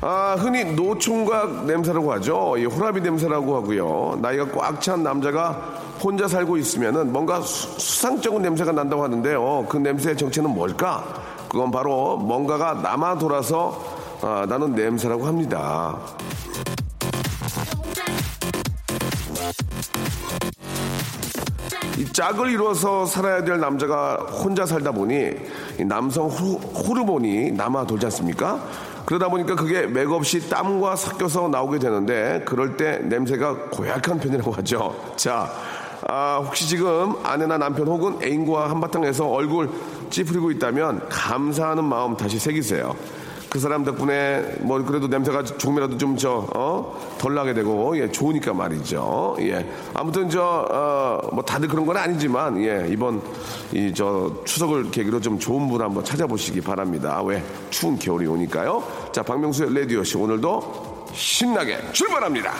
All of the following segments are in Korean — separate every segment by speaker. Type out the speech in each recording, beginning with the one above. Speaker 1: 아, 흔히 노총각 냄새라고 하죠. 이 호라비 냄새라고 하고요. 나이가 꽉 찬 남자가 혼자 살고 있으면은 뭔가 수- 수상쩍은 냄새가 난다고 하는데요. 그 냄새의 정체는 뭘까? 그건 바로 뭔가가 남아 돌아서 아, 나는 냄새라고 합니다. 이 짝을 이루어서 살아야 될 남자가 혼자 살다 보니 이 남성 호, 호르몬이 남아 돌지 않습니까? 그러다 보니까 그게 맥없이 땀과 섞여서 나오게 되는데 그럴 때 냄새가 고약한 편이라고 하죠. 자, 아, 혹시 지금 아내나 남편 혹은 애인과 한바탕에서 얼굴 찌푸리고 있다면 감사하는 마음 다시 새기세요. 그 사람 덕분에 뭐 그래도 냄새가 조금이라도 좀 저 어 덜 나게 되고 예 좋으니까 말이죠 예 아무튼 저 어 뭐 다들 그런 건 아니지만 예 이번 이 저 추석을 계기로 좀 좋은 분 한번 찾아보시기 바랍니다 왜 추운 겨울이 오니까요 자 박명수의 레디오 씨 오늘도 신나게 출발합니다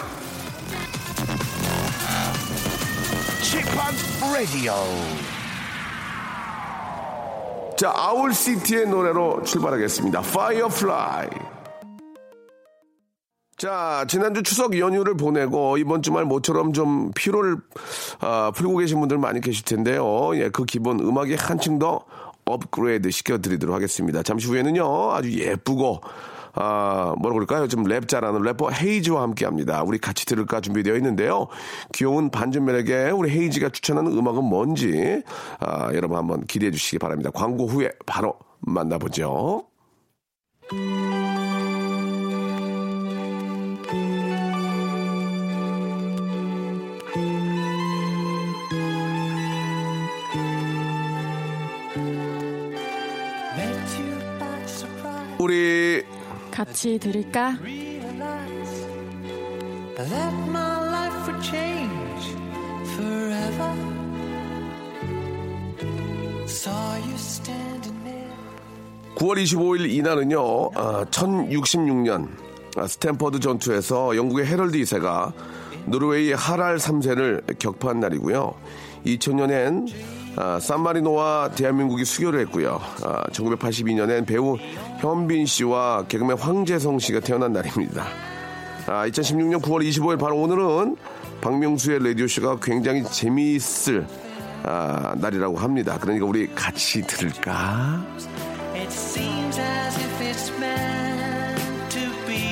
Speaker 1: 자 아울 시티의 노래로 출발하겠습니다 Firefly 자, 지난주 추석 연휴를 보내고 이번 주말 모처럼 좀 피로를 아, 풀고 계신 분들 많이 계실 텐데요. 예, 그 기본 음악이 한층 더 업그레이드 시켜드리도록 하겠습니다. 잠시 후에는요, 아주 예쁘고, 아, 뭐라 그럴까요? 좀 랩 잘하는 래퍼 헤이즈와 함께 합니다. 우리 같이 들을까 준비되어 있는데요. 귀여운 반전면에게 우리 헤이즈가 추천하는 음악은 뭔지, 아, 여러분 한번 기대해 주시기 바랍니다. 광고 후에 바로 만나보죠. 우리 네.
Speaker 2: 같이 들을까?
Speaker 3: that my life would change forever. Saw you standing there.
Speaker 1: 9월 25일 이날은요, 아, 1066년 아, 스탠퍼드 전투에서 영국의 헤럴드 2세가 노르웨이 하랄 3세를 격파한 날이고요. 2000년엔 아, 산마리노와 대한민국이 수교를 했고요. 아, 1982년엔 배우 현빈 씨와 개그맨 황재성 씨가 태어난 날입니다. 아, 2016년 9월 25일 바로 오늘은 박명수의 라디오쇼가 굉장히 재미있을 아, 날이라고 합니다. 그러니까 우리 같이 들을까?
Speaker 3: It seems as if it's meant to be.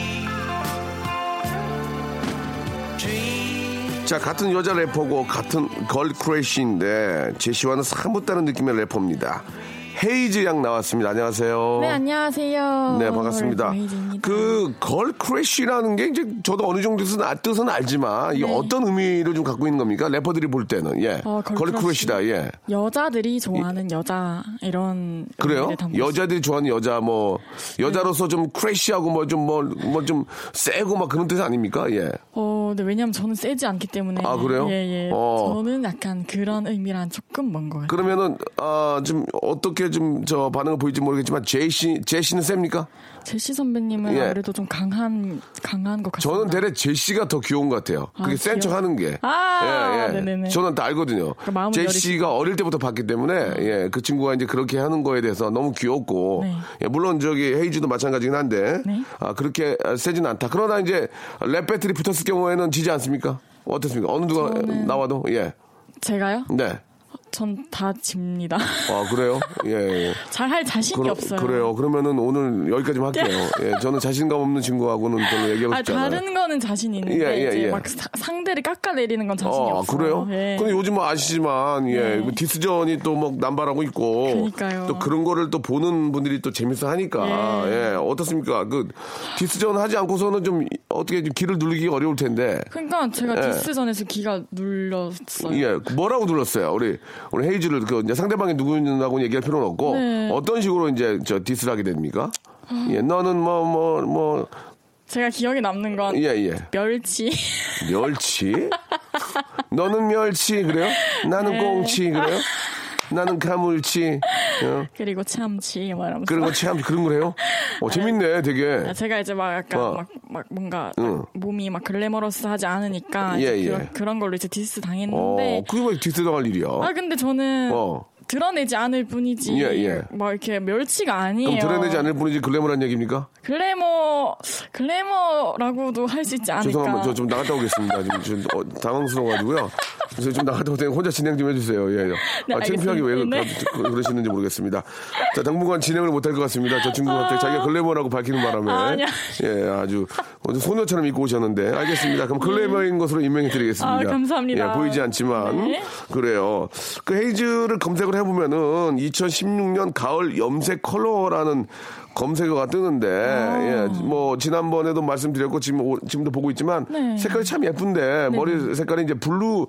Speaker 3: Dream
Speaker 1: 자 같은 여자 래퍼고 같은 걸 크래쉬인데 제시와는 사뭇 다른 느낌의 래퍼입니다. 헤이즈 양 나왔습니다. 안녕하세요.
Speaker 2: 네 안녕하세요.
Speaker 1: 어. 네, 반갑습니다.
Speaker 2: 헤이즈입니다.
Speaker 1: 그 걸 크래쉬라는 게 이제 저도 어느 정도 뜻은, 아- 뜻은 알지만 이게 어떤 의미를 좀 갖고 있는 겁니까? 래퍼들이 볼 때는 예.
Speaker 2: 어, 걸
Speaker 1: 걸 크래쉬다.
Speaker 2: 크러쉬.
Speaker 1: 예.
Speaker 2: 여자들이 좋아하는 여자 이런
Speaker 1: 그래요?
Speaker 2: 의미를 담고 있어요.
Speaker 1: 여자들이 좋아하는 여자 뭐 여자로서 좀 크래쉬하고 뭐 좀 뭐 뭐 좀 세고 막 그런 뜻 아닙니까? 예.
Speaker 2: 어, 근데 왜냐면 저는 세지 않기 때문에.
Speaker 1: 아, 그래요?
Speaker 2: 예, 예.
Speaker 1: 어.
Speaker 2: 저는 약간 그런 의미랑 조금 먼 거예요.
Speaker 1: 그러면은 아, 좀 어떻게 좀 저 반응을 보일지 모르겠지만 제시 제시는 셉니까?
Speaker 2: 제시 선배님은
Speaker 1: 예.
Speaker 2: 아무래도 좀 강한, 강한 것 같아요.
Speaker 1: 저는 대략 제시가 더 귀여운 것 같아요.
Speaker 2: 아,
Speaker 1: 그게 센척
Speaker 2: 귀여워.
Speaker 1: 하는 게.
Speaker 2: 아,
Speaker 1: 예, 예.
Speaker 2: 네네네.
Speaker 1: 저는 다 알거든요.
Speaker 2: 그 마음을 음.
Speaker 1: 제시가 어릴 때부터 봤기 때문에, 예, 그 친구가 이제 그렇게 하는 거에 대해서 너무 귀엽고,
Speaker 2: 네.
Speaker 1: 예, 물론 저기 헤이즈도 마찬가지긴 한데,
Speaker 2: 네.
Speaker 1: 아, 그렇게 아, 세진 않다. 그러나 이제 랩 배틀이 붙었을 경우에는 지지 않습니까? 어떻습니까? 어느 누가
Speaker 2: 저는-
Speaker 1: 나와도, 예.
Speaker 2: 제가요?
Speaker 1: 네.
Speaker 2: 전 다 집니다.
Speaker 1: 아 그래요? 예. 예.
Speaker 2: 잘 할 자신이 없어요. 네.
Speaker 1: 그래요. 그러면은 오늘 여기까지만 할게요. 예, 저는 자신감 없는 친구하고는 별로 얘기하고
Speaker 2: 아,
Speaker 1: 싶지 않아요.
Speaker 2: 다른 거는 자신 있는데
Speaker 1: 예, 예,
Speaker 2: 이제
Speaker 1: 예.
Speaker 2: 막 사- 상대를 깎아내리는 건 자신이
Speaker 1: 아,
Speaker 2: 없어요.
Speaker 1: 그래요?
Speaker 2: 예.
Speaker 1: 근데 요즘 뭐 아시지만, 예, 그 디스전이 또 막 남발하고 있고.
Speaker 2: 그러니까요. 네.
Speaker 1: 또 그런 거를 또 보는 분들이 또 재밌어 하니까. 예. 어떻습니까? 그 디스전 하지 않고서는 좀 어떻게 좀 길을 누르기 어려울 텐데.
Speaker 2: 그러니까 제가
Speaker 1: 예.
Speaker 2: 디스전에서 기가 눌렸어요.
Speaker 1: 예, 뭐라고 눌렀어요? 우리, 우리 헤이즈를 그 이제 상대방이 누구냐고 얘기할 필요는 없고.
Speaker 2: 네. 아.
Speaker 1: 어떤 식으로 이제 저 디스를 하게 됩니까? 예, 너는 뭐, 뭐, 뭐,
Speaker 2: 제가 기억에 남는 건
Speaker 1: 예, 예.
Speaker 2: 멸치.
Speaker 1: 멸치? 너는 멸치, 그래요? 나는
Speaker 2: 네.
Speaker 1: 꽁치, 그래요? 나는 가물치. 어?
Speaker 2: 그리고 참치 막 이러면서
Speaker 1: 그런 거 참, 그런 거래요? 어, 재밌네, 되게.
Speaker 2: 아, 제가 이제 막 약간
Speaker 1: 어.
Speaker 2: 막, 막 뭔가
Speaker 1: 응.
Speaker 2: 몸이 막 글래머러스하지 않으니까
Speaker 1: 예,
Speaker 2: 이제
Speaker 1: 예.
Speaker 2: 그런, 그런 걸로 이제 디스
Speaker 1: 어,
Speaker 2: 당했는데
Speaker 1: 그게 왜 디스당할 일이야?
Speaker 2: 아 근데 저는
Speaker 1: 어.
Speaker 2: 드러내지 않을 뿐이지
Speaker 1: 예, 예.
Speaker 2: 막 이렇게 멸치가
Speaker 1: 그럼
Speaker 2: 아니에요.
Speaker 1: 드러내지 않을 뿐이지 글래머란 얘기입니까?
Speaker 2: 글래머 글래머라고도 할 수 있지 않을까.
Speaker 1: 죄송합니다. 저 좀 나갔다 오겠습니다. 지금, 지금 어, 당황스러워가지고요. 그래서 좀 나갔다 오세요. 혼자 진행 좀 해주세요. 예.
Speaker 2: 네,
Speaker 1: 아, 창피하게 왜 그-
Speaker 2: 알겠습니다.
Speaker 1: 그- 그러시는지 모르겠습니다. 자, 당분간 진행을 못할 것 같습니다. 저 친구한테 자기가 글래머라고 밝히는 바람에.
Speaker 2: 아, 아니야.
Speaker 1: 예, 아주 어제 소녀처럼 입고 오셨는데. 알겠습니다. 그럼 글래머인 것으로 임명해드리겠습니다.
Speaker 2: 음. 아, 감사합니다.
Speaker 1: 예, 보이지 않지만.
Speaker 2: 네.
Speaker 1: 그래요. 그 헤이즈를 검색을 해보면은 2016년 가을 염색 컬러라는 검색어가 뜨는데,
Speaker 2: 아.
Speaker 1: 예, 뭐, 지난번에도 말씀드렸고, 지금, 오- 지금도 보고 있지만,
Speaker 2: 네.
Speaker 1: 색깔이 참 예쁜데, 머리 색깔이 이제 블루,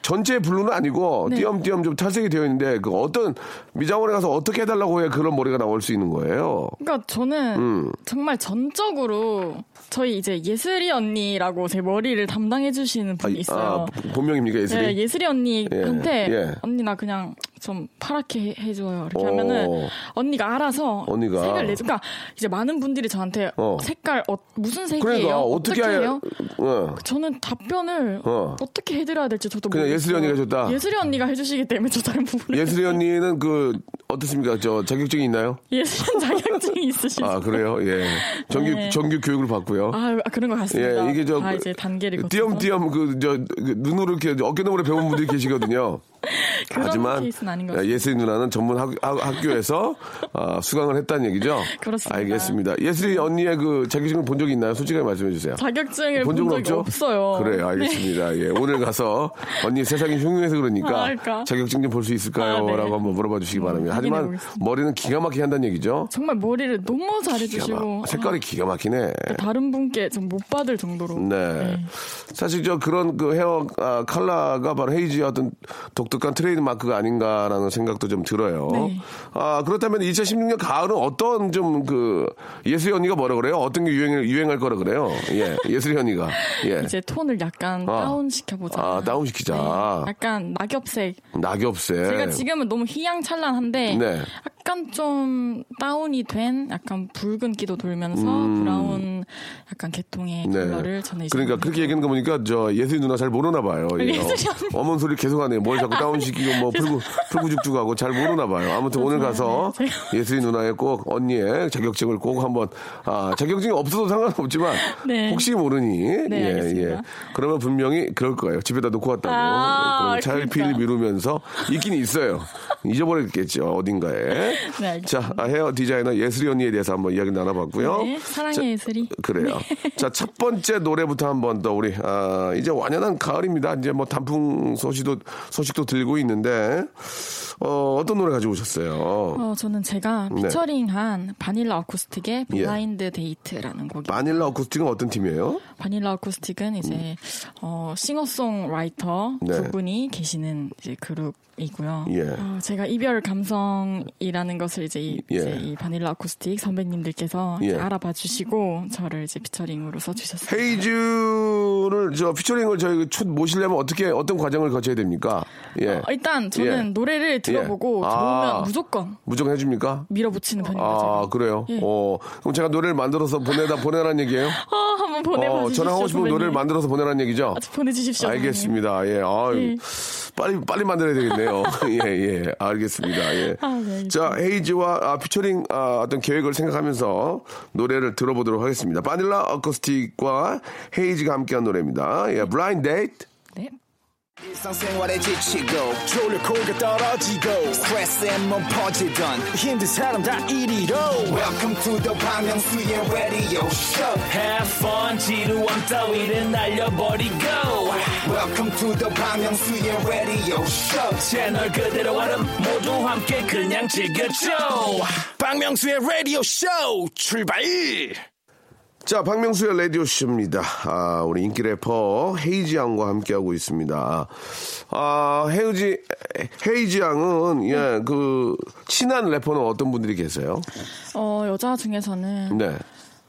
Speaker 1: 전체 블루는 아니고,
Speaker 2: 네.
Speaker 1: 띄엄띄엄 좀 탈색이 되어 있는데, 그 어떤, 미장원에 가서 어떻게 해달라고 해야 그런 머리가 나올 수 있는 거예요?
Speaker 2: 그러니까 저는
Speaker 1: 음.
Speaker 2: 정말 전적으로 저희 이제 예슬이 언니라고 제 머리를 담당해 주시는 분이 있어요.
Speaker 1: 아, 본명입니까, 예슬이?
Speaker 2: 예, 예슬이 언니한테
Speaker 1: 예, 예.
Speaker 2: 언니 나 그냥 좀 파랗게 해- 해줘요. 이렇게
Speaker 1: 오.
Speaker 2: 하면은 언니가 알아서
Speaker 1: 언니가.
Speaker 2: 색을 내줘. 그러니까 이제 많은 분들이 저한테
Speaker 1: 어.
Speaker 2: 색깔 어- 무슨 색이에요?
Speaker 1: 그러니까, 어떻게 해야,
Speaker 2: 해요?
Speaker 1: 어.
Speaker 2: 저는 답변을
Speaker 1: 어.
Speaker 2: 어. 떻게 해드려야 될지 저도
Speaker 1: 그냥 예슬이
Speaker 2: 모르겠어요.
Speaker 1: 언니가 해줬다?
Speaker 2: 예슬이 언니가 해주시기 때문에 저 잘 모르겠어요.
Speaker 1: 예슬이 언니는 그, 어떻습니까? 저, 자격증이 있나요?
Speaker 2: 예슬이 언니 자격증이 있으시죠?
Speaker 1: 아 그래요 예 정규
Speaker 2: 네.
Speaker 1: 정규 교육을 받고요
Speaker 2: 아, 아, 그런 것 같습니다.
Speaker 1: 예 이게 저
Speaker 2: 다 이제 단계를 거쳐서
Speaker 1: 띄엄띄엄 그저 눈으로 이렇게 어깨너머로 배운 분들이 계시거든요
Speaker 2: 네, 그런
Speaker 1: 하지만
Speaker 2: 케이스는 아닌 것 같습니다.
Speaker 1: 예슬이 누나는 전문 학, 교에 서 아, 수강을 했다는 얘기죠
Speaker 2: 그렇습니다.
Speaker 1: 알겠습니다 예슬이 언니의 그 자격증을 본 적이 있나요 솔직하게 말씀해 주세요
Speaker 2: 자격증을
Speaker 1: 본
Speaker 2: 본
Speaker 1: 적은
Speaker 2: 적이
Speaker 1: 없죠?
Speaker 2: 없어요. 네.
Speaker 1: 그래요, 알겠습니다. 예, 오늘 가서 언니 세상이 흉흉해서 그러니까
Speaker 2: 아, 그러니까.
Speaker 1: 자격증 좀 볼 수 있을까요?
Speaker 2: 아, 네.
Speaker 1: 라고 한번 물어봐 주시기 바랍니다. 하지만
Speaker 2: 확인해보겠습니다.
Speaker 1: 머리는 기가 막히게 한다는 얘기죠.
Speaker 2: 정말 머리를 너무
Speaker 1: 기가
Speaker 2: 잘해주시고
Speaker 1: 막- 색깔이 기가 막히네.
Speaker 2: 아, 다른 분께 좀 못 받을 정도로
Speaker 1: 네.
Speaker 2: 음.
Speaker 1: 사실 저 그런 그 헤어 아, 컬러가 바로 헤이지의 어떤 독특한 트레이드 마크가 아닌가라는 생각도 좀 들어요.
Speaker 2: 네.
Speaker 1: 아, 그렇다면 2016년 가을은 어떤 좀 그 예슬이 언니가 뭐라 그래요? 어떤 게 유행, 유행할 거라 그래요? 예. 예슬이 언니가. 예.
Speaker 2: 이제 톤을 약간
Speaker 1: 아.
Speaker 2: 다운 시켜보자. 네,
Speaker 1: 아, 다운시키자.
Speaker 2: 약간 낙엽색.
Speaker 1: 낙엽새.
Speaker 2: 제가 지금은 너무 희양찬란한데
Speaker 1: 네.
Speaker 2: 약간 좀 다운이 된 약간 붉은 기도 돌면서 브라운 약간 계통의 컬러를 전해.
Speaker 1: 음. 네. 그러니까 그렇게 얘기하는 거 보니까 저 예슬이 누나 잘 모르나 봐요. 예.
Speaker 2: 네, 예슬이 언니.
Speaker 1: 어머니 소리 계속 하네요. 뭘 자꾸 다운시키고 뭐 풀구 풀구죽죽하고 잘 모르나 봐요. 아무튼 오늘 가서
Speaker 2: 네,
Speaker 1: 예슬이 누나의 꼭 언니의 자격증을 꼭 한번 아 자격증이 없어도 상관없지만
Speaker 2: 네.
Speaker 1: 혹시 모르니 예,
Speaker 2: 네, 알겠습니다.
Speaker 1: 그러면 분명히 그럴 거예요. 집에다 놓고 왔다고 네,
Speaker 2: 아,
Speaker 1: 그럼 차일피일
Speaker 2: 그러니까.
Speaker 1: 미루면서 있긴 있어요. 잊어버렸겠죠 어딘가에.
Speaker 2: 네, 알겠습니다.
Speaker 1: 자 아, 헤어 디자이너 예슬이 언니에 대해서 한번 이야기 나눠봤고요.
Speaker 2: 네, 사랑의
Speaker 1: 자,
Speaker 2: 예슬이.
Speaker 1: 그래요.
Speaker 2: 네.
Speaker 1: 자, 첫 번째 노래부터 한번 더 우리 아, 이제 완연한 가을입니다. 이제 뭐 단풍 소식도 소식도 들고 있는데 어, 어떤 노래 가지고 오셨어요?
Speaker 2: 어, 저는 제가
Speaker 1: 네. 예.
Speaker 2: 피처링한 바닐라 어쿠스틱의 블라인드 데이트라는 곡이
Speaker 1: 마닐라 어쿠스틱은 어떤 팀이에요?
Speaker 2: 바닐라 어쿠스틱은 이제 어, 싱어송라이터
Speaker 1: 음. 네.
Speaker 2: 두 분이 계시는 이제 그룹이고요.
Speaker 1: 예.
Speaker 2: 어, 제가 이별 감성이라는 것을 이제 이,
Speaker 1: 예.
Speaker 2: 이제 이 바닐라 어쿠스틱 선배님들께서
Speaker 1: 예.
Speaker 2: 이제 알아봐 주시고 저를 이제 피처링으로 써주셨어요.
Speaker 1: 헤이즈를 저 피처링을 저희 그 첫 모시려면 어떻게 어떤 과정을 거쳐야 됩니까? 예.
Speaker 2: 어, 일단 저는
Speaker 1: 예.
Speaker 2: 노래를 들어보고
Speaker 1: 아.
Speaker 2: 좋으면 무조건
Speaker 1: 무조건 해줍니까?
Speaker 2: 밀어붙이는 편입니다.
Speaker 1: 아
Speaker 2: 제가.
Speaker 1: 그래요.
Speaker 2: 네, 예.
Speaker 1: 어 그럼 제가 노래를 만들어서 보내다 보내라는 얘기예요?
Speaker 2: 아, 한번 보내봐 주십시오.
Speaker 1: 어, 저랑 하고 싶은
Speaker 2: 선배님.
Speaker 1: 노래를 만들어서 보내라는 얘기죠?
Speaker 2: 아, 저 보내주십시오. 선배님.
Speaker 1: 알겠습니다. 예. 아,
Speaker 2: 예.
Speaker 1: 빨리 빨리 만들어야 되겠네요. 예, 예. 알겠습니다. 예.
Speaker 2: 아, 네, 알겠습니다.
Speaker 1: 자, 헤이즈와 아, 피처링 아, 어떤 계획을 생각하면서 노래를 들어보도록 하겠습니다. 바닐라 어쿠스틱과 헤이즈가 함께한 노래입니다. 예, 블라인드 데이트.
Speaker 2: 네.
Speaker 4: 일상생활에 지치고, 졸려 코가 떨어지고, 스트레스에 몸 퍼지던, 힘든 사람 다 이리로. E welcome to the Bang Myung-soo's radio show
Speaker 5: Have fun 지루함 따위를 날려버리고
Speaker 4: welcome to the Bang Myung-soo's radio show
Speaker 5: 채널 그대로 와름 모두 함께 그냥 즐겨줘
Speaker 4: 박명수의 라디오 쇼 출발
Speaker 1: 자, 박명수의 라디오쇼입니다. 아, 우리 인기 래퍼 헤이지 양과 함께하고 있습니다. 아, 헤이지, 헤이지 양은,
Speaker 2: 네.
Speaker 1: 예, 그, 친한 래퍼는 어떤 분들이 계세요?
Speaker 2: 어, 여자 중에서는
Speaker 1: 네.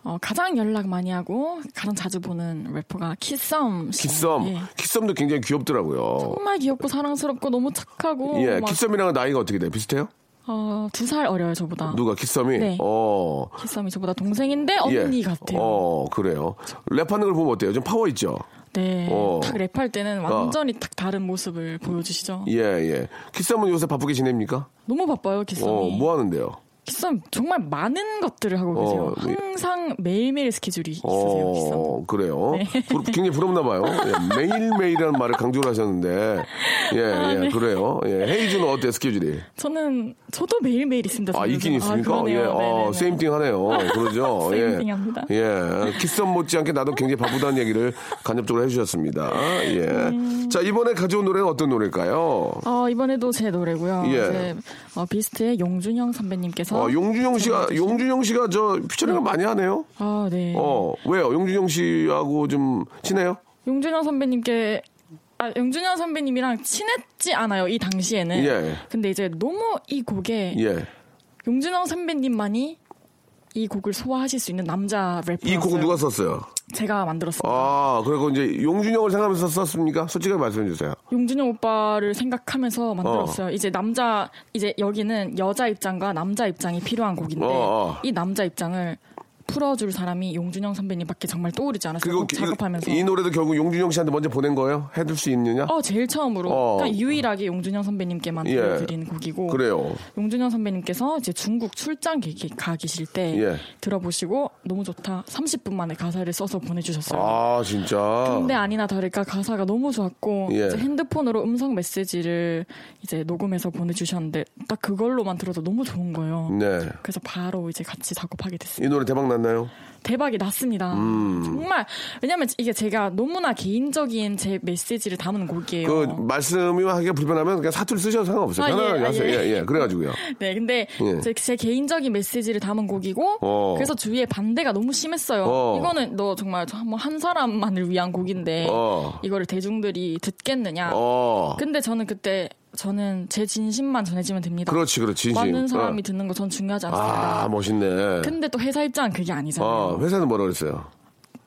Speaker 2: 어, 가장 연락 많이 하고 가장 자주 보는 래퍼가 키썸. 씨.
Speaker 1: 키썸.
Speaker 2: 예. 어,
Speaker 1: 키썸도 굉장히 귀엽더라고요.
Speaker 2: 정말 귀엽고 사랑스럽고 너무 착하고
Speaker 1: 예,
Speaker 2: 막,
Speaker 1: 키썸이랑 나이가 어떻게 돼요? 비슷해요?
Speaker 2: 어, 두 살 어려요 저보다.
Speaker 1: 누가 키썸이?
Speaker 2: 네.
Speaker 1: 어.
Speaker 2: 키썸이 저보다 동생인데 언니
Speaker 1: 예.
Speaker 2: 같아요.
Speaker 1: 어, 그래요. 랩하는 걸 보면 어때요? 좀 파워 있죠?
Speaker 2: 네,
Speaker 1: 어.
Speaker 2: 딱 랩할 때는 완전히 딱 다른 모습을 보여주시죠.
Speaker 1: 예, 예. 키썸은 요새 바쁘게 지냅니까?
Speaker 2: 너무 바빠요 키썸이.
Speaker 1: 어, 뭐 하는데요?
Speaker 2: 키썸 정말 많은 것들을 하고
Speaker 1: 어,
Speaker 2: 계세요.
Speaker 1: 예. 어.
Speaker 2: 항상 매일매일 스케줄이 있으세요 키썸. 네.
Speaker 1: 그래요. 부럽- 굉장히 부럽나 봐요. 예, 매일매일이라는 말을 강조를 하셨는데. 예,
Speaker 2: 아,
Speaker 1: 예,
Speaker 2: 네.
Speaker 1: 그래요. 예, 헤이즈는 어때요, 스케줄이?
Speaker 2: 저는 저도 매일매일 있습니다.
Speaker 1: 아,
Speaker 2: 저는.
Speaker 1: 있긴 있습니까?
Speaker 2: 아,
Speaker 1: 예,
Speaker 2: 그러네요.
Speaker 1: 어,
Speaker 2: 네네네.
Speaker 1: 세임띵 하네요. 그러죠.
Speaker 2: Same
Speaker 1: 예.
Speaker 2: thing합니다.
Speaker 1: 예. 키썸 못지않게 나도 굉장히 바쁘다는 얘기를 간접적으로 해주셨습니다. 예.
Speaker 2: 음.
Speaker 1: 자, 이번에 가져온 노래는 어떤 노래일까요?
Speaker 2: 어, 이번에도 제 노래고요.
Speaker 1: 예.
Speaker 2: 이제 어, 비스트의 용준영 선배님께서
Speaker 1: 어, 용준영 씨가,
Speaker 2: 정해주신-
Speaker 1: 용준영 씨가 저 피처링을 많이 하네요?
Speaker 2: 아, 네.
Speaker 1: 어, 왜요? 용준영 씨하고 좀 친해요?
Speaker 2: 용준영 선배님께 아, 용준영 선배님이랑 친했지 않아요. 이 당시에는.
Speaker 1: 예.
Speaker 2: 근데 이제 너무 이 곡에
Speaker 1: 예.
Speaker 2: 용준영 선배님만이 이 곡을 소화하실 수 있는 남자 래퍼.
Speaker 1: 이 곡은 누가 썼어요?
Speaker 2: 제가 만들었어요.
Speaker 1: 아, 그리고 이제 용준영을 생각하면서 썼습니까? 솔직하게 말씀해 주세요.
Speaker 2: 용준영 오빠를 생각하면서 만들었어요. 이제 남자 이제 여기는 여자 입장과 남자 입장이 필요한 곡인데
Speaker 1: 어, 어.
Speaker 2: 이 남자 입장을 풀어줄 사람이 용준영 선배님밖에 정말 떠오르지 않았어요.
Speaker 1: 그리고
Speaker 2: 곡 작업하면서.
Speaker 1: 이, 이 노래도 결국 용준영 씨한테 먼저 보낸 거예요? 해둘 수 있느냐?
Speaker 2: 어 제일 처음으로
Speaker 1: 어.
Speaker 2: 그러니까 유일하게 용준영 선배님께만
Speaker 1: 예.
Speaker 2: 들려드린 곡이고
Speaker 1: 그래요.
Speaker 2: 용준영 선배님께서 이제 중국 출장 게- 게- 가 계실 때
Speaker 1: 예.
Speaker 2: 들어보시고 너무 좋다 30분 만에 가사를 써서 보내주셨어요.
Speaker 1: 아, 진짜.
Speaker 2: 근데 아니나 다를까 가사가 너무 좋았고
Speaker 1: 예.
Speaker 2: 이제 핸드폰으로 음성 메시지를 이제 녹음해서 보내주셨는데 딱 그걸로만 들어도 너무 좋은 거예요.
Speaker 1: 네.
Speaker 2: 그래서 바로 이제 같이 작업하게 됐습니다.
Speaker 1: 이 노래 대박 났나요?
Speaker 2: 대박이 났습니다.
Speaker 1: 음.
Speaker 2: 정말 왜냐면 이게 제가 너무나 개인적인 제 메시지를 담은 곡이에요.
Speaker 1: 그 말씀이 하기가 불편하면 그냥 사투리 쓰셔도 상관없어요.
Speaker 2: 어. 아, 예,
Speaker 1: 편안하게
Speaker 2: 아,
Speaker 1: 하세요.
Speaker 2: 예.
Speaker 1: 예, 예. 그래가지고요.
Speaker 2: 네, 근데
Speaker 1: 예.
Speaker 2: 제, 제 개인적인 메시지를 담은 곡이고
Speaker 1: 어.
Speaker 2: 그래서 주위에 반대가 너무 심했어요.
Speaker 1: 어.
Speaker 2: 이거는 너 정말 뭐한 사람만을 위한 곡인데
Speaker 1: 어.
Speaker 2: 이거를 대중들이 듣겠느냐.
Speaker 1: 어.
Speaker 2: 근데 저는 아. 그때 저는 제 진심만 전해지면 됩니다.
Speaker 1: 그렇지, 그렇지. 진심.
Speaker 2: 많은 사람이
Speaker 1: 어.
Speaker 2: 듣는 거 전 중요하지 않습니다.
Speaker 1: 아, 멋있네.
Speaker 2: 근데 또 회사 입장은 그게 아니잖아요.
Speaker 1: 어, 회사는 뭐라 그랬어요?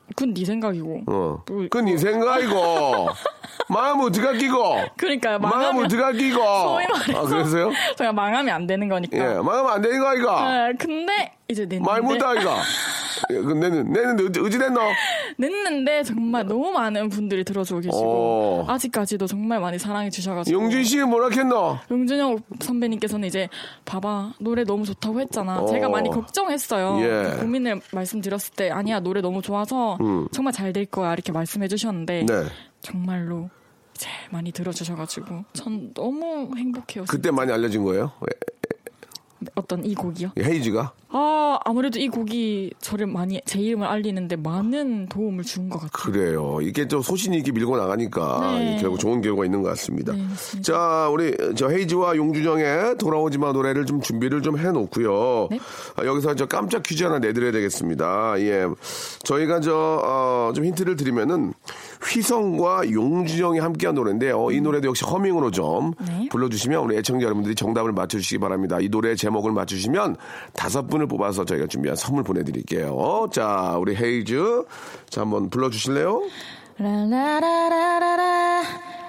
Speaker 2: 그건 네 생각이고.
Speaker 1: 어.
Speaker 2: 또-
Speaker 1: 그건 네 생각이고. 마음 어디가 끼고.
Speaker 2: 그러니까
Speaker 1: 마음
Speaker 2: 망하면
Speaker 1: 어디가 끼고.
Speaker 2: 소위 말해서
Speaker 1: 아, 그러세요?
Speaker 2: 그냥 망하면 안 되는 거니까.
Speaker 1: 예, 마음 안 되는 거 아이가.
Speaker 2: 아, 네, 근데 이제 냈는데 네.
Speaker 1: 말 못다 이가. 예, 내는 내는 의지, 의지됐노?
Speaker 2: 냈는데 정말 너무 많은 분들이 들어주고 계시고
Speaker 1: 어.
Speaker 2: 아직까지도 정말 많이 사랑해 주셔가지고
Speaker 1: 용준 씨는 뭐라 했노?
Speaker 2: 용준영 선배님께서는 이제 봐봐 노래 너무 좋다고 했잖아.
Speaker 1: 어.
Speaker 2: 제가 많이 걱정했어요.
Speaker 1: 예.
Speaker 2: 그 고민을 말씀드렸을 때 아니야 노래 너무 좋아서 정말 잘 될 거야 이렇게 말씀해주셨는데
Speaker 1: 음. 네.
Speaker 2: 정말로 제 많이 들어주셔가지고 전 너무 행복해요.
Speaker 1: 그때 많이 알려진 거예요?
Speaker 2: 어떤 이 곡이요?
Speaker 1: 예, 헤이지가?
Speaker 2: 아 아무래도 이 곡이 저를 많이 제 이름을 알리는데 많은 도움을 준 것 같아요.
Speaker 1: 그래요. 이게 좀 소신이 있게 밀고 나가니까
Speaker 2: 네.
Speaker 1: 아, 결국 좋은 결과가 있는 것 같습니다.
Speaker 2: 네, 맞습니다.
Speaker 1: 자, 우리 저 헤이즈와 용준영의 돌아오지 마 노래를 좀 준비를 좀 해놓고요.
Speaker 2: 네.
Speaker 1: 아, 여기서 저 깜짝 퀴즈 하나 내드려야 되겠습니다. 예. 저희가 저, 어, 좀 힌트를 드리면은 휘성과 용준영이 함께한 노래인데요. 어, 이 노래도 역시 허밍으로 좀
Speaker 2: 네.
Speaker 1: 불러주시면 우리 애청자 여러분들이 정답을 맞춰주시기 바랍니다. 이 노래의 제목을 맞추시면 다섯 분을 뽑아서 저희가 준비한 선물 보내드릴게요. 자, 우리 헤이즈. 자, 한번 불러주실래요?
Speaker 6: 라라라라라라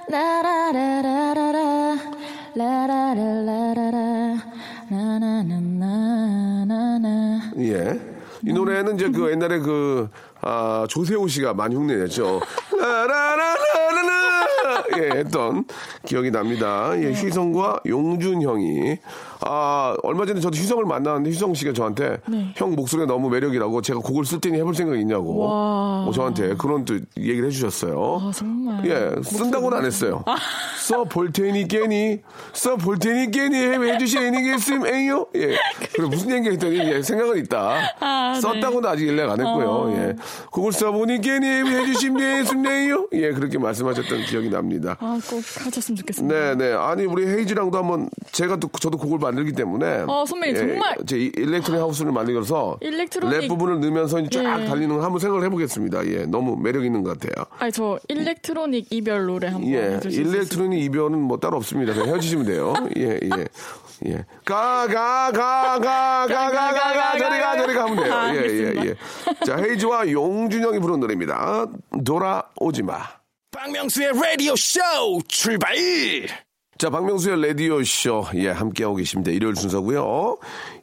Speaker 6: 라라라라라라 라라라라라라 나나나나나나
Speaker 1: 예. 이 노래는 이제 그 옛날에 그, 아, 조세호 씨가 많이 흉내냈죠.
Speaker 2: 네.
Speaker 1: 라라라라라! 예, 했던 기억이 납니다. 예, 휘성과 용준 형이, 아, 얼마 전에 저도 휘성을 만났는데 휘성 씨가 저한테
Speaker 2: 네.
Speaker 1: 형 목소리가 너무 매력이라고 제가 곡을 쓸 테니 해볼 생각 있냐고
Speaker 2: 와.
Speaker 1: 뭐 저한테 그런 또 얘기를 해주셨어요.
Speaker 2: 아, 정말.
Speaker 1: 예, 쓴다고는 안 했어요. 써볼 테니 깨니, 써볼 테니 깨니 해주신 애니게 있음 에요 예. 그리고 무슨 얘기 했더니 예, 생각은 있다.
Speaker 2: 아, 네.
Speaker 1: 썼다고는 아직 일렉 안 했고요.
Speaker 2: 어.
Speaker 1: 예. 그걸 써보니 깨니 해주신 애있음 에요 예, 그렇게 말씀하셨던 기억이 납니다.
Speaker 2: 아, 꼭 하셨으면 좋겠습니다.
Speaker 1: 네, 네. 아니 우리 헤이즈랑도 한번 제가 또 저도 곡을 만들기 때문에. 예,
Speaker 2: 어, 선배님, 정말.
Speaker 1: 제 이- 일렉트로닉 하우스를 만들어서
Speaker 2: 일렉트로닉.
Speaker 1: 랩 부분을 넣으면서 쫙
Speaker 2: 예.
Speaker 1: 달리는 거 한번 생각을 해보겠습니다. 예, 너무 매력 있는 것 같아요.
Speaker 2: 아니, 저 일렉트로닉 이별 노래 한번
Speaker 1: 예,
Speaker 2: 해주실 수 있어요?
Speaker 1: 일렉트로닉 이별은 뭐 따로 없습니다. 그냥 헤어지시면 돼요. 예, 예. 예. 가, 가, 가, 가, 가, 가, 가, 가, 저리 가, 저리 가 하면
Speaker 2: 아,
Speaker 1: 돼요. 예,
Speaker 2: 알겠습니다.
Speaker 1: 예, 예. 자, 헤이즈와 용준영이 부른 노래입니다. 돌아오지 마.
Speaker 5: 박명수의 라디오 쇼 출발
Speaker 4: E.
Speaker 1: 자, 박명수의 라디오쇼. 예, 함께하고 계십니다. 일요일 순서고요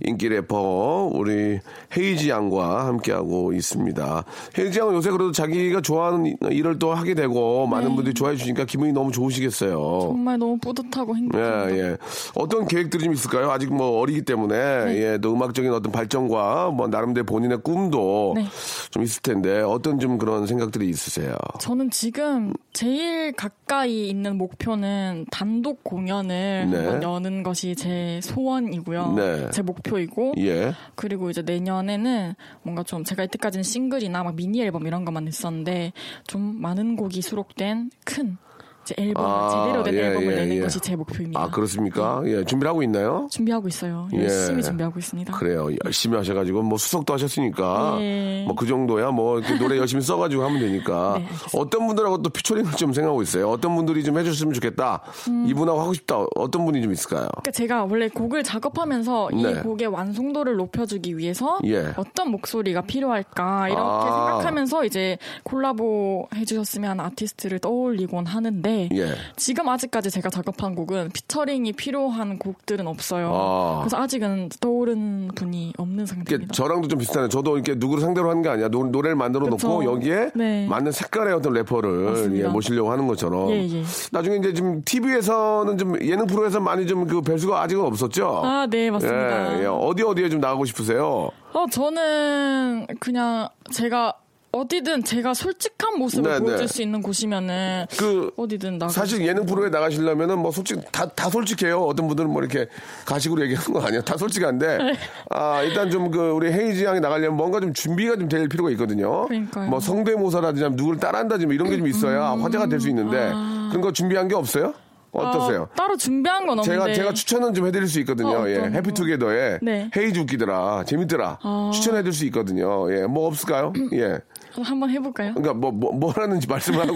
Speaker 1: 인기 래퍼, 우리 헤이지 양과 함께하고 있습니다. 헤이지 양은 요새 그래도 자기가 좋아하는 이- 일을 또 하게 되고,
Speaker 2: 네.
Speaker 1: 많은 분들이 좋아해 주시니까 기분이 너무 좋으시겠어요.
Speaker 2: 정말 너무 뿌듯하고
Speaker 1: 예,
Speaker 2: 행복합니다.
Speaker 1: 예. 어떤 계획들이 좀 있을까요? 아직 뭐 어리기 때문에,
Speaker 2: 네.
Speaker 1: 예, 또 음악적인 어떤 발전과 뭐 나름대로 본인의 꿈도
Speaker 2: 네.
Speaker 1: 좀 있을 텐데, 어떤 좀 그런 생각들이 있으세요?
Speaker 2: 저는 지금 제일 가까이 있는 목표는 단독 공연을
Speaker 1: 네.
Speaker 2: 한번 여는 것이 제 소원이고요.
Speaker 1: 네.
Speaker 2: 제 목표이고.
Speaker 1: 예.
Speaker 2: 그리고 이제 내년에는 뭔가 좀 제가 이때까지는 싱글이나 막 미니 앨범 이런 것만 냈었는데 좀 많은 곡이 수록된 큰 이제 앨범
Speaker 1: 아,
Speaker 2: 제대로 된
Speaker 1: 예,
Speaker 2: 앨범을
Speaker 1: 예,
Speaker 2: 내는
Speaker 1: 예.
Speaker 2: 것이 제 목표입니다.
Speaker 1: 아, 그렇습니까? 예, 준비를 하고 있나요?
Speaker 2: 준비하고 있어요.
Speaker 1: 예.
Speaker 2: 열심히 준비하고 있습니다.
Speaker 1: 그래요. 열심히 하셔가지고 뭐 수석도 하셨으니까
Speaker 2: 예.
Speaker 1: 뭐 그 정도야 뭐 이렇게 노래 열심히 써가지고 하면 되니까
Speaker 2: 네, 알겠습니다.
Speaker 1: 어떤 분들하고 또 피처링을 좀 생각하고 있어요. 어떤 분들이 좀 해줬으면 좋겠다.
Speaker 2: 음.
Speaker 1: 이분하고 하고 싶다. 어떤 분이 좀 있을까요?
Speaker 2: 그러니까 제가 원래 곡을 작업하면서
Speaker 1: 네.
Speaker 2: 이 곡의 완성도를 높여주기 위해서
Speaker 1: 예.
Speaker 2: 어떤 목소리가 필요할까 이렇게
Speaker 1: 아.
Speaker 2: 생각하면서 이제 콜라보 해주셨으면 하는 아티스트를 떠올리곤 하는데
Speaker 1: 예.
Speaker 2: 지금 아직까지 제가 작업한 곡은 피처링이 필요한 곡들은 없어요.
Speaker 1: 아.
Speaker 2: 그래서 아직은 떠오른 분이 없는
Speaker 1: 이게
Speaker 2: 상태입니다.
Speaker 1: 그러니까 저랑도 좀 비슷하네요. 저도 이렇게 누구를 상대로 하는 게 아니야. 노, 노래를 만들어 놓고
Speaker 2: 그쵸.
Speaker 1: 여기에
Speaker 2: 네.
Speaker 1: 맞는 색깔의 어떤 래퍼를 예,
Speaker 2: 맞습니다.
Speaker 1: 모시려고 하는 것처럼.
Speaker 2: 예, 예.
Speaker 1: 나중에 이제 지금 TV에서는 좀 예능 프로에서 많이 좀 그 뵐수가 아직은 없었죠.
Speaker 2: 아, 네, 맞습니다.
Speaker 1: 예, 예. 어디 어디에 좀 나가고 싶으세요?
Speaker 2: 어, 저는 그냥 제가 어디든 제가 솔직한 모습을
Speaker 1: 네, 네.
Speaker 2: 보여줄 수 있는 곳이면은
Speaker 1: 그
Speaker 2: 어디든 나가.
Speaker 1: 사실 예능 프로에 나가시려면은 뭐 솔직 다, 다 솔직해요. 어떤 분들은 뭐 이렇게 가식으로 얘기하는 거 아니야. 다 솔직한데
Speaker 2: 네.
Speaker 1: 아 일단 좀 그 우리 헤이지 양이 나가려면 뭔가 좀 준비가 좀 될 필요가 있거든요.
Speaker 2: 그러니까요. 음.
Speaker 1: 뭐 성대모사라든지 아니면 누구를 따라한다든지 뭐 이런 게 좀 있어야 화제가 될 수 있는데 그런 거 준비한 게 없어요? 어떠세요?
Speaker 2: 아. 어, 따로 준비한 건 없는데.
Speaker 1: 제가 제가 추천은 좀 해드릴 수 있거든요.
Speaker 2: 어,
Speaker 1: 예,
Speaker 2: 어떤 거?
Speaker 1: 해피투게더에
Speaker 2: 네. 아.
Speaker 1: 헤이즈 웃기더라, 재밌더라 추천해드릴 수 있거든요. 예, 뭐 없을까요? 예.
Speaker 2: 한번 해볼까요?
Speaker 1: 그러니까 뭐, 뭐, 뭐 하는지 말씀하고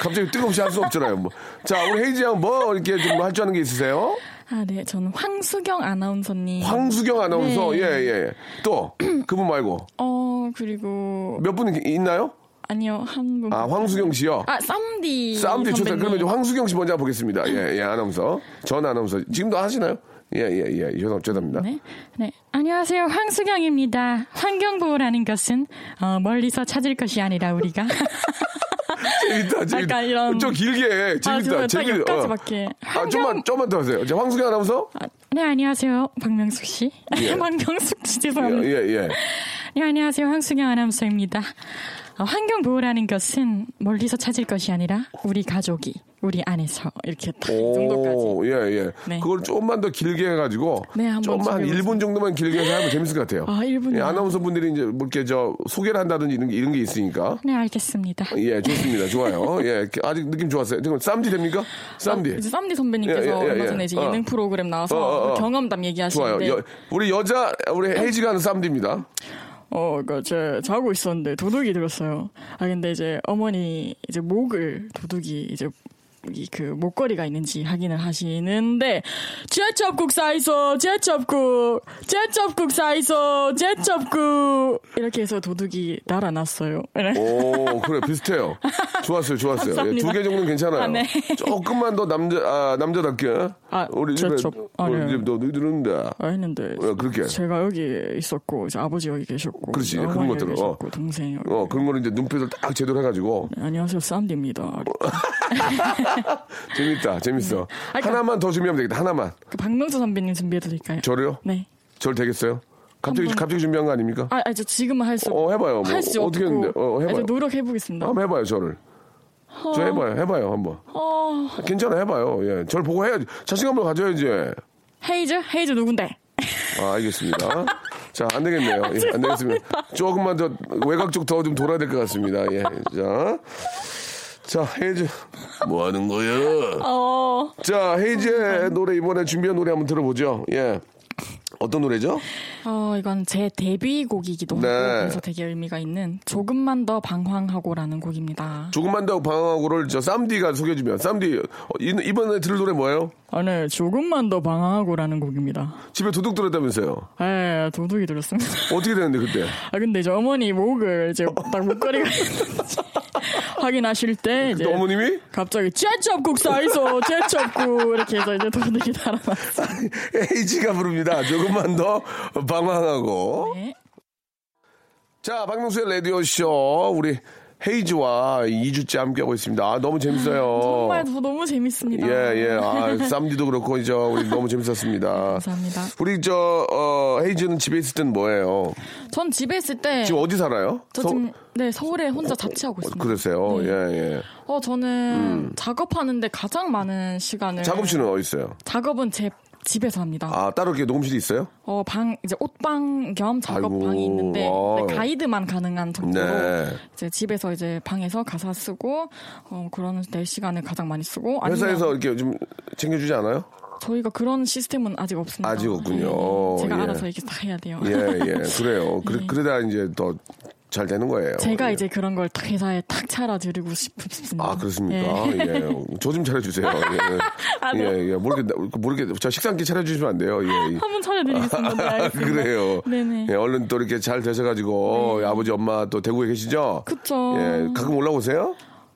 Speaker 1: 갑자기 뜨겁이 할 수 없잖아요. 뭐. 자, 우리 헤이지 양 뭐 이렇게 좀 할 줄 아는 게 있으세요?
Speaker 2: 아, 네. 저는 황수경 아나운서님.
Speaker 1: 황수경 아나운서,
Speaker 2: 네.
Speaker 1: 예, 예. 또, 그분 말고
Speaker 2: 어, 그리고,
Speaker 1: 몇 분 있나요?
Speaker 2: 아니요, 한 분.
Speaker 1: 아, 황수경 씨요.
Speaker 2: 아, 쌈디.
Speaker 1: 싸움대 좋다.
Speaker 2: 선배님.
Speaker 1: 그러면 이제 황수경 씨 먼저 보겠습니다. 예, 예, 아나운서. 전 아나운서. 지금도 하시나요? 예, 예, 예. 죄송, 죄송합니다.
Speaker 2: 네. 네. 안녕하세요. 황수경입니다. 환경보호라는 것은, 어, 멀리서 찾을 것이 아니라 우리가.
Speaker 1: 재밌다, 재밌다.
Speaker 2: 약간 이런-
Speaker 1: 좀 길게 해.
Speaker 2: 아,
Speaker 1: 재밌다,
Speaker 2: 저는 딱
Speaker 1: 재밌다.
Speaker 2: 여기까지밖에.
Speaker 1: 아,
Speaker 2: 환경-
Speaker 1: 좀만, 좀만 더 하세요. 자, 황수경 아나운서?
Speaker 2: 아, 네, 안녕하세요. 박명숙 씨.
Speaker 1: 예.
Speaker 2: 박명숙 씨,
Speaker 1: 예,
Speaker 2: 죄송합니다.
Speaker 1: 예, 예.
Speaker 2: 네, 안녕하세요. 황수경 아나운서입니다. 어, 환경보호라는 것은 멀리서 찾을 것이 아니라 우리 가족이, 우리 안에서 이렇게 딱 이그 정도까지.
Speaker 1: 오, 예, 예.
Speaker 2: 네.
Speaker 1: 그걸 조금만 더 길게 해가지고.
Speaker 2: 네, 한번
Speaker 1: 조금만 한
Speaker 2: 준비해보세요.
Speaker 1: 1분 정도만 길게 해서 하면 재밌을 것 같아요.
Speaker 2: 아, 1분
Speaker 1: 예,
Speaker 2: 이요?
Speaker 1: 아나운서 분들이 이제 뭐 이렇게 저 소개를 한다든지 이런 게, 이런 게 있으니까.
Speaker 2: 네, 알겠습니다.
Speaker 1: 예, 좋습니다. 좋아요. 예, 아직 느낌 좋았어요. 지금 쌈디 됩니까? 쌈디.
Speaker 2: 어, 아, 이제 쌈디 선배님께서
Speaker 1: 예, 예, 예,
Speaker 2: 얼마
Speaker 1: 예.
Speaker 2: 전에 이제
Speaker 1: 어.
Speaker 2: 예능 프로그램
Speaker 1: 어,
Speaker 2: 나와서
Speaker 1: 어, 어.
Speaker 2: 경험담
Speaker 1: 좋아요.
Speaker 2: 얘기하시는데
Speaker 1: 여- 우리 여자, 우리 헤이지가 하는 쌈디입니다.
Speaker 2: 어, 그니까, 제, 자고 있었는데, 도둑이 들었어요. 아, 근데 이제, 어머니, 이제, 목을, 도둑이, 이제, 이 그, 목걸이가 있는지 확인을 하시는데, 제첩국 사이소, 제첩국, 제첩국 사이소, 제첩국! 이렇게 해서 도둑이 날아났어요. 네.
Speaker 1: 오, 그래, 비슷해요. 좋았어요, 좋았어요. 예,
Speaker 2: 감사합니다.
Speaker 1: 두 개 정도는 괜찮아요.
Speaker 2: 아, 네.
Speaker 1: 조금만 더 남자, 아, 남자답게.
Speaker 2: 아,
Speaker 1: 우리
Speaker 2: 저,
Speaker 1: 집에,
Speaker 2: 저, 어, 네. 아니에요.
Speaker 1: 우리 집너 누르는데.
Speaker 2: 아, 했는데,
Speaker 1: 어, 그렇게.
Speaker 2: 제가 여기 있었고, 이제 아버지 여기 계셨고,
Speaker 1: 그렇지, 이제 그런
Speaker 2: 어머니 여기
Speaker 1: 것들은, 어.
Speaker 2: 계셨고, 동생 여기. 네,
Speaker 1: 어, 그런 거를 이제 눈빛을 딱 제대로 해가지고.
Speaker 2: 안녕하세요, 쌈디입니다.
Speaker 1: 재밌다, 재밌어.
Speaker 2: 아니, 그-
Speaker 1: 하나만 더 준비하면 되겠다, 하나만.
Speaker 2: 그 박명수 선배님 준비해드릴까요?
Speaker 1: 저를요?
Speaker 2: 네.
Speaker 1: 절 되겠어요? 갑자기,
Speaker 2: 한 번.
Speaker 1: 갑자기 준비한 거 아닙니까?
Speaker 2: 아, 아니, 저 지금은 할 수.
Speaker 1: 어, 해봐요. 뭐,
Speaker 2: 할수
Speaker 1: 어떻게 했는데?
Speaker 2: 없고.
Speaker 1: 어, 해봐요. 네.
Speaker 2: 아니, 저 아. 노력해보겠습니다.
Speaker 1: 한번 해봐요, 저를. 저 해봐요, 해봐요, 한번.
Speaker 2: 어,
Speaker 1: 괜찮아, 해봐요. 예. 저를 보고 해야지. 자신감을 가져야지.
Speaker 2: 헤이즈? 헤이즈 누군데?
Speaker 1: 아, 알겠습니다. 자, 안 되겠네요. 예, 안 되겠습니다. 조금만 더, 외곽 쪽 더 좀 돌아야 될 것 같습니다. 예. 자. 자, 헤이즈. 뭐 하는 거야?
Speaker 2: 어,
Speaker 1: 자, 헤이즈의 노래, 이번에 준비한 노래 한번 들어보죠. 예. 어떤 노래죠?
Speaker 2: 어, 이건 제 데뷔곡이기도 하고,
Speaker 1: 네.
Speaker 2: 그래서 되게 의미가 있는 조금만 더 방황하고라는 곡입니다.
Speaker 1: 조금만 더 방황하고를 저 쌈디가 소개해주면. 쌈디, 어, 이- 이번에 들을 노래 뭐예요?
Speaker 2: 아, 네, 조금만 더 방황하고라는 곡입니다.
Speaker 1: 집에 도둑 들었다면서요.
Speaker 2: 에, 네, 도둑이 들었습니다.
Speaker 1: 어떻게 되는데, 그때?
Speaker 2: 아, 근데 이제 어머니 목을 이제 딱 목걸이가 있는지 확인하실 때, 이제
Speaker 1: 그때 어머님이?
Speaker 2: 갑자기 째쩝국 사이소, 째쩝국 이렇게 해서 이제 도둑이 달아났어요.
Speaker 1: 헤이즈가 부릅니다. 조금만 더 방황하고.
Speaker 2: 네.
Speaker 1: 자, 박명수의 라디오쇼. 우리 헤이즈와 2주째 함께하고 있습니다. 아, 너무 재밌어요.
Speaker 2: 정말 저 너무 재밌습니다.
Speaker 1: 예, 예. 아, 쌈디도 그렇고, 이제 우리 너무 재밌었습니다.
Speaker 2: 감사합니다.
Speaker 1: 우리 저, 어, 헤이즈는 집에 있을 땐 뭐예요?
Speaker 2: 전 집에 있을 때,
Speaker 1: 네. 지금 어디 살아요?
Speaker 2: 저
Speaker 1: 서-
Speaker 2: 지금 네 서울에 혼자 자취하고
Speaker 1: 어,
Speaker 2: 있습니다.
Speaker 1: 그러세요? 예, 예.
Speaker 2: 어 저는 작업하는데 가장 많은 시간을
Speaker 1: 작업실은 어디 있어요?
Speaker 2: 작업은 제 집에서 합니다.
Speaker 1: 아, 따로 이렇게 녹음실이 있어요?
Speaker 2: 어 방 이제 옷방 겸 작업방이
Speaker 1: 아이고,
Speaker 2: 있는데
Speaker 1: 와우.
Speaker 2: 네, 가이드만 가능한 정도로
Speaker 1: 네.
Speaker 2: 이제 집에서 이제 방에서 가사 쓰고 어 그런 내 시간을 가장 많이 쓰고 아니면
Speaker 1: 회사에서 이렇게 좀 챙겨주지 않아요?
Speaker 2: 저희가 그런 시스템은 아직 없습니다.
Speaker 1: 아직 없군요.
Speaker 2: 네, 제가
Speaker 1: 예.
Speaker 2: 알아서 이게 다 해야 돼요.
Speaker 1: 예, 예. 그래요. 그래, 그러다 이제 더 잘 되는 거예요.
Speaker 2: 네. 제가
Speaker 1: 예.
Speaker 2: 이제 그런 걸 딱 회사에 탁 차려드리고 싶- 싶습니다.
Speaker 1: 아 그렇습니까?
Speaker 2: 예.
Speaker 1: 예. 저 좀 차려주세요. 예.
Speaker 2: 아, 뭐.
Speaker 1: 예, 예. 모르게 모르게 저 식사 함께 차려주시면 안 돼요. 예. 예.
Speaker 2: 한번 차려드리겠습니다. 네,
Speaker 1: 아,
Speaker 2: 알겠습니다.
Speaker 1: 그래요.
Speaker 2: 아, 네네. 네.
Speaker 1: 예, 얼른 또 이렇게 잘 되셔가지고 예, 아버지 엄마 또 대구에 계시죠?
Speaker 2: 그쵸. 어.
Speaker 1: 예, 가끔 올라오세요?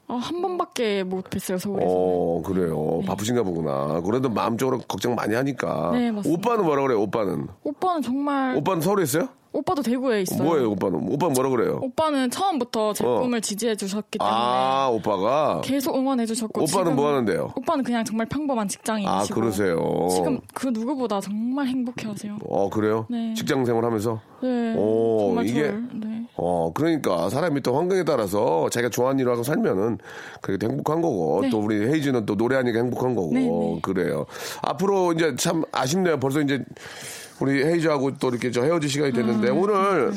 Speaker 2: 아, 한 번밖에 못 뵀어요 서울에서.
Speaker 1: 어, 그래요. 바쁘신가 보구나. 그래도 마음적으로 걱정 많이 하니까.
Speaker 2: 네, 맞습니다.
Speaker 1: 오빠는 뭐라 그래요? 오빠는?
Speaker 2: 오빠는 정말
Speaker 1: 오빠는 서울에 있어요?
Speaker 2: 오빠... 도 대구에 있어요.
Speaker 1: 뭐예요, 오빠는? 오빠는 뭐라 그래요?
Speaker 2: 오빠는 처음부터 제
Speaker 1: 어.
Speaker 2: 꿈을 지지해 주셨기 때문에
Speaker 1: 아, 오빠가
Speaker 2: 계속 응원해 주셨고
Speaker 1: 오빠는 뭐 하는데요?
Speaker 2: 오빠는 그냥 정말 평범한
Speaker 1: 아,
Speaker 2: 직장인이시고
Speaker 1: 그러세요.
Speaker 2: 지금 그 누구보다 정말 행복해하세요.
Speaker 1: 어, 그래요?
Speaker 2: 네.
Speaker 1: 직장 생활하면서
Speaker 2: 네,
Speaker 1: 오,
Speaker 2: 정말
Speaker 1: 어, 이게-
Speaker 2: 저를 네.
Speaker 1: 어, 그러니까 사람이 또 환경에 따라서 자기가 좋아하는 일을 하고 살면은 그렇게 행복한 거고 또 우리 헤이즈는 또 노래하니까 행복한 거고
Speaker 2: 네, 네.
Speaker 1: 그래요. 앞으로 이제 참 아쉽네요. 벌써 이제 우리 헤이즈하고 또 이렇게 저 헤어질 시간이 됐는데 오늘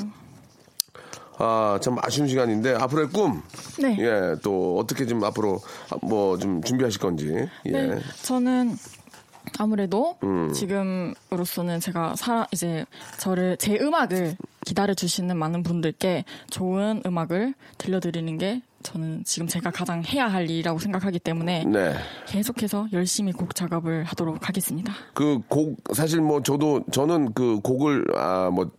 Speaker 1: 아, 참 아쉬운 시간인데 앞으로의 꿈.
Speaker 2: 네.
Speaker 1: 예, 또 어떻게 좀 앞으로 뭐 좀 준비하실 건지. 예. 음.
Speaker 2: 네, 저는 아무래도 지금으로서는 제가 사 이제 저를 제 음악을 기다려 주시는 많은 분들께 좋은 음악을 들려드리는 게 저는 지금 제가 가장 해야 할 일이라고 생각하기 때문에
Speaker 1: 네.
Speaker 2: 계속해서 열심히 곡 작업을 하도록 하겠습니다.
Speaker 1: 그 곡 사실 뭐 저도 저는 그 곡을 아 뭐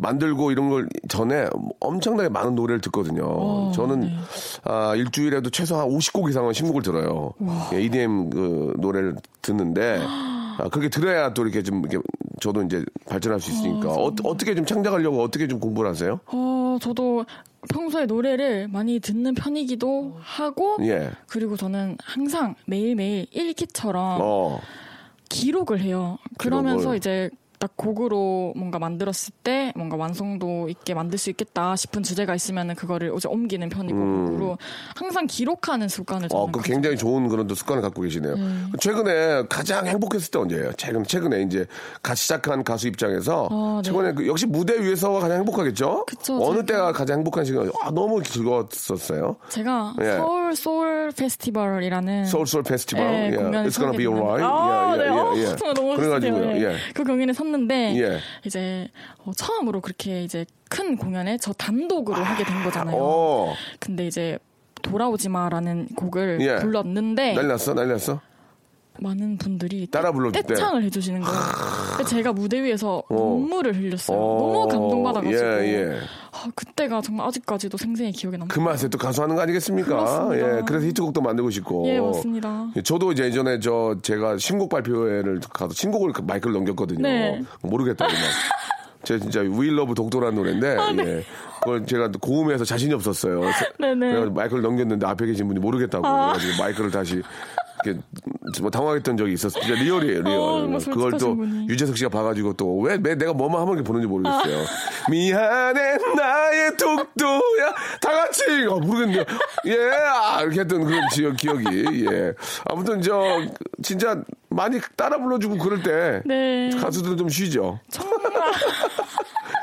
Speaker 1: 만들고 이런 걸 전에 엄청나게 많은 노래를 듣거든요. 저는 아 일주일에도 최소한 50곡 이상은 신곡을 들어요. 예, EDM 그 노래를 듣는데 아, 그렇게 들어야 또 이렇게 좀 이렇게 저도 이제 발전할 수 있으니까 어, 떻게좀 창작하려고 어떻게 좀 공부를 하세요?
Speaker 2: 어, 저도 평소에 노래를 많이 듣는 편이기도 하고
Speaker 1: 예.
Speaker 2: 그리고 저는 항상 매일매일 일기처럼
Speaker 1: 어.
Speaker 2: 기록을 해요. 그러면서
Speaker 1: 기록을.
Speaker 2: 이제 딱 곡으로 뭔가 만들었을 때 뭔가 완성도 있게 만들 수 있겠다 싶은 주제가 있으면은 그거를 이제 옮기는 편이고 곡으로 항상 기록하는 습관을
Speaker 1: 음.
Speaker 2: 저는
Speaker 1: 어, 그
Speaker 2: 가지고
Speaker 1: 굉장히 좋은 그런 또 습관을 갖고 계시네요. 최근에 가장 행복했을 때 언제예요? 최근 최근에 이제 같이 시작한 가수 입장에서
Speaker 2: 아, 네.
Speaker 1: 최근에 그 역시 무대 위에서가 가장 행복하겠죠?
Speaker 2: 그쵸,
Speaker 1: 어느
Speaker 2: 저는-
Speaker 1: 때가 가장 행복한 시간? 아, 너무 즐거웠었어요.
Speaker 2: 제가
Speaker 1: 예.
Speaker 2: 서울 소울 페스티벌이라는
Speaker 1: 서울 소울 페스티벌.
Speaker 2: 예,
Speaker 1: 예.
Speaker 2: 공연을
Speaker 1: It's gonna be
Speaker 2: 참여했는데-
Speaker 1: alright.
Speaker 2: 아,
Speaker 1: 예, 예,
Speaker 2: 네. 어,
Speaker 1: 예, 예.
Speaker 2: 정말 너무
Speaker 1: 그래가지고요.
Speaker 2: 멋있어요. 예.
Speaker 1: 예.
Speaker 2: 그 경연에 섰는데
Speaker 1: 예.
Speaker 2: 이제 어, 처음으로 그렇게 이제 큰 공연에 저 단독으로 하게 된 거잖아요.
Speaker 1: 어,
Speaker 2: 근데 이제 돌아오지 마라는 곡을
Speaker 1: 예.
Speaker 2: 불렀는데
Speaker 1: 난리 났어? 난리 났어?
Speaker 2: 많은 분들이
Speaker 1: 따라 불러줄 때.
Speaker 2: 떼창을 해주시는 거예요. 그래서 제가 무대 위에서 눈물을 흘렸어요.
Speaker 1: 어.
Speaker 2: 그렇죠. 너무 감동받아가지고
Speaker 1: 예, 예.
Speaker 2: 아, 그때가 정말 아직까지도 생생히 기억에 남는.
Speaker 1: 그 맛에 또 가수하는 거 아니겠습니까?
Speaker 2: 그렇습니다.
Speaker 1: 예, 그래서 히트곡도 만들고 싶고.
Speaker 2: 예, 맞습니다.
Speaker 1: 예, 저도 이제 예전에 저 제가 신곡 발표회를 가서 신곡을 그 마이크를 넘겼거든요.
Speaker 2: 네.
Speaker 1: 모르겠다. 그냥. 제 진짜 위일러브 독도라는 노래인데 예. 그걸 제가 고음해서 자신이 없었어요.
Speaker 2: 아, 네. 네네. 아.
Speaker 1: 그래서 마이크를 넘겼는데 앞에 계신 분이 모르겠다고 그래가지고 마이크를 다시 이렇게 뭐 당황했던 적이 있었어요. 진짜 리얼이에요, 리얼.
Speaker 2: 어, 정말
Speaker 1: 그걸 또
Speaker 2: 솔직하신 분이.
Speaker 1: 유재석 씨가 봐가지고 또 왜 내가 뭐만 하면 이렇게 보는지 모르겠어요. 미안해 나의 독도야 다 같이 아, 모르겠네요. 예 아, 이렇게 했던 그런 지역 기억이 예 아무튼 저 진짜 많이 따라 불러주고 그럴 때
Speaker 2: 네.
Speaker 1: 가수들은 좀 쉬죠.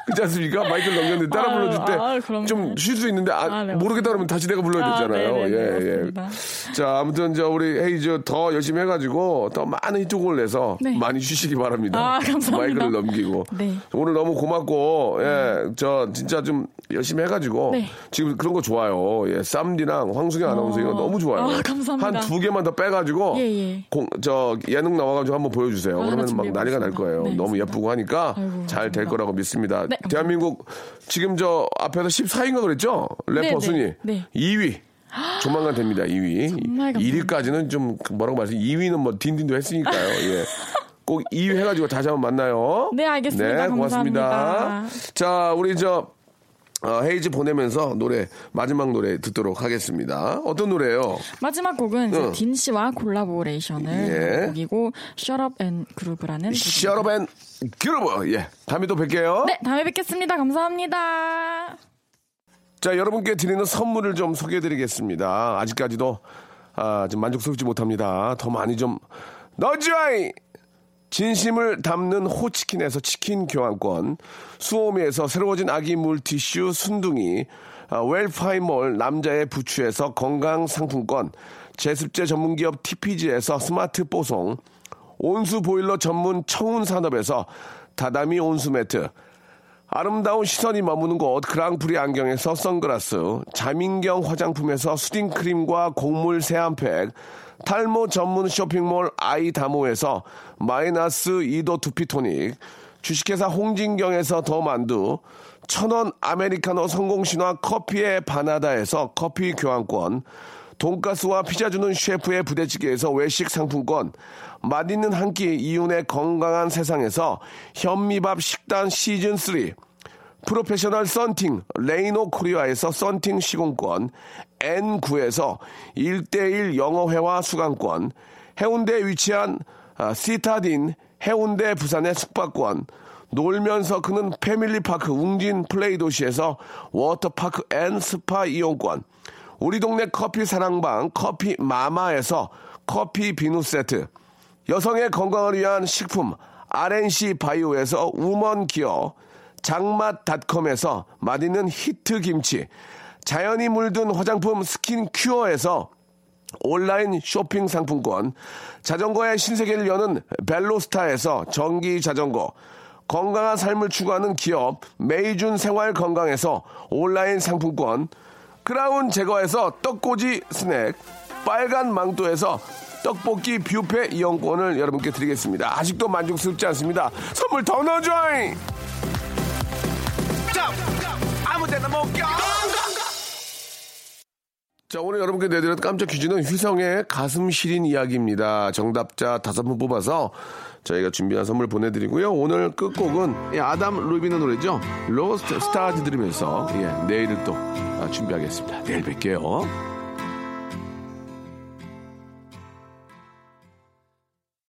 Speaker 1: 그렇지 않습니까? 마이크를 넘겼는데 따라
Speaker 2: 아유,
Speaker 1: 불러줄
Speaker 2: 아유,
Speaker 1: 때
Speaker 2: 그럼요.
Speaker 1: 좀 쉴 수 있는데 아,
Speaker 2: 아, 네,
Speaker 1: 모르겠다 그러면 다시 내가 불러야
Speaker 2: 아,
Speaker 1: 되잖아요.
Speaker 2: 네, 네, 네,
Speaker 1: 예,
Speaker 2: 맞습니다.
Speaker 1: 예. 자, 아무튼 저 우리 헤이즈 더 열심히 해가지고 더 많은 히트곡을 내서
Speaker 2: 네.
Speaker 1: 많이 쉬시기 바랍니다.
Speaker 2: 아, 감사합니다.
Speaker 1: 마이크를 넘기고
Speaker 2: 네.
Speaker 1: 오늘 너무 고맙고 예, 저 진짜 좀 열심히 해가지고
Speaker 2: 네.
Speaker 1: 지금 그런 거 좋아요. 예, 쌈디랑 황승현 아나운서 이거 너무 좋아요.
Speaker 2: 아, 감사합니다.
Speaker 1: 한 두 개만 더 빼가지고
Speaker 2: 예, 예.
Speaker 1: 공, 저 예능 나와가지고 한번 보여주세요.
Speaker 2: 하나
Speaker 1: 그러면 막
Speaker 2: 준비해보겠습니다.
Speaker 1: 난리가 날 거예요.
Speaker 2: 네,
Speaker 1: 너무
Speaker 2: 알겠습니다.
Speaker 1: 예쁘고 하니까
Speaker 2: 아이고,
Speaker 1: 잘 될
Speaker 2: 감사합니다.
Speaker 1: 거라고 믿습니다.
Speaker 2: 네, 감사합니다.
Speaker 1: 대한민국 지금 저 앞에서 14위인가 그랬죠? 래퍼
Speaker 2: 네, 네,
Speaker 1: 순위
Speaker 2: 네.
Speaker 1: 2위. 조만간 됩니다. 2위.
Speaker 2: 정말 감사합니다.
Speaker 1: 1위까지는 좀 뭐라고 말씀. 2위는 뭐 딘딘도 했으니까요. 예. 꼭 2위 해가지고 다시 한번 만나요.
Speaker 2: 네, 알겠습니다.
Speaker 1: 네, 고맙습니다.
Speaker 2: 감사합니다.
Speaker 1: 자, 우리 저 어, 헤이즈 보내면서 노래 마지막 노래 듣도록 하겠습니다. 어떤 노래예요?
Speaker 2: 마지막 곡은 이제
Speaker 1: 응.
Speaker 2: 딘 씨와 콜라보레이션을 한
Speaker 1: 어. 예.
Speaker 2: 곡이고 Shut Up and Groove라는 곡입니다.
Speaker 1: 셔러벤 큐러브. 예, 다음에 또 뵐게요.
Speaker 2: 네, 다음에 뵙겠습니다. 감사합니다.
Speaker 1: 자, 여러분께 드리는 선물을 좀 소개해 드리겠습니다. 아직까지도 아, 좀 만족스럽지 못합니다. 더 많이 좀 넣어줘이! 진심을 담는 호치킨에서 치킨 교환권, 수오미에서 새로워진 아기 물티슈 순둥이, 아, 웰파이몰 남자의 부추에서 건강 상품권, 제습제 전문기업 TPG에서 스마트 뽀송, 온수 보일러 전문 청운 산업에서 다다미 온수 매트, 아름다운 시선이 머무는 곳 그랑프리 안경에서 선글라스 자민경 화장품에서 수딩크림과 곡물 세안팩 탈모 전문 쇼핑몰 아이다모에서 마이너스 2도 두피토닉 주식회사 홍진경에서 더만두 천원 아메리카노 성공신화 커피의 바나다에서 커피 교환권 돈가스와 피자 주는 셰프의 부대찌개에서 외식 상품권, 맛있는 한 끼 이윤의 건강한 세상에서 현미밥 식단 시즌 3, 프로페셔널 썬팅 레이노 코리아에서 썬팅 시공권, N9에서 1대1 영어회화 수강권, 해운대에 위치한 아, 시타딘 해운대 부산의 숙박권, 놀면서 크는 패밀리파크 웅진 플레이 도시에서 워터파크 앤 스파 이용권, 우리 동네 커피 사랑방 커피 마마에서 커피 비누 세트 여성의 건강을 위한 식품 RNC 바이오에서 우먼 기어 장맛닷컴에서 맛있는 히트 김치 자연이 물든 화장품 스킨 큐어에서 온라인 쇼핑 상품권, 자전거의 신세계를 여는 벨로스타에서 전기 자전거, 건강한 삶을 추구하는 기업 메이준 생활 건강에서 온라인 상품권, 크라운 제거에서 떡꼬지 스낵, 빨간 망토에서 떡볶이 뷔페 이용권을 여러분께 드리겠습니다. 아직도 만족스럽지 않습니다. 선물 더 넣어줘잉! 자, 오늘 여러분께 내드린 깜짝 퀴즈는 휘성의 가슴 시린 이야기입니다. 정답자 다섯 분 뽑아서 저희가 준비한 선물 보내드리고요. 오늘 끝곡은 이 아담 루비의 노래죠. 로스트 스타즈 들으면서 예, 내일을 또 아, 준비하겠습니다. 내일 뵐게요.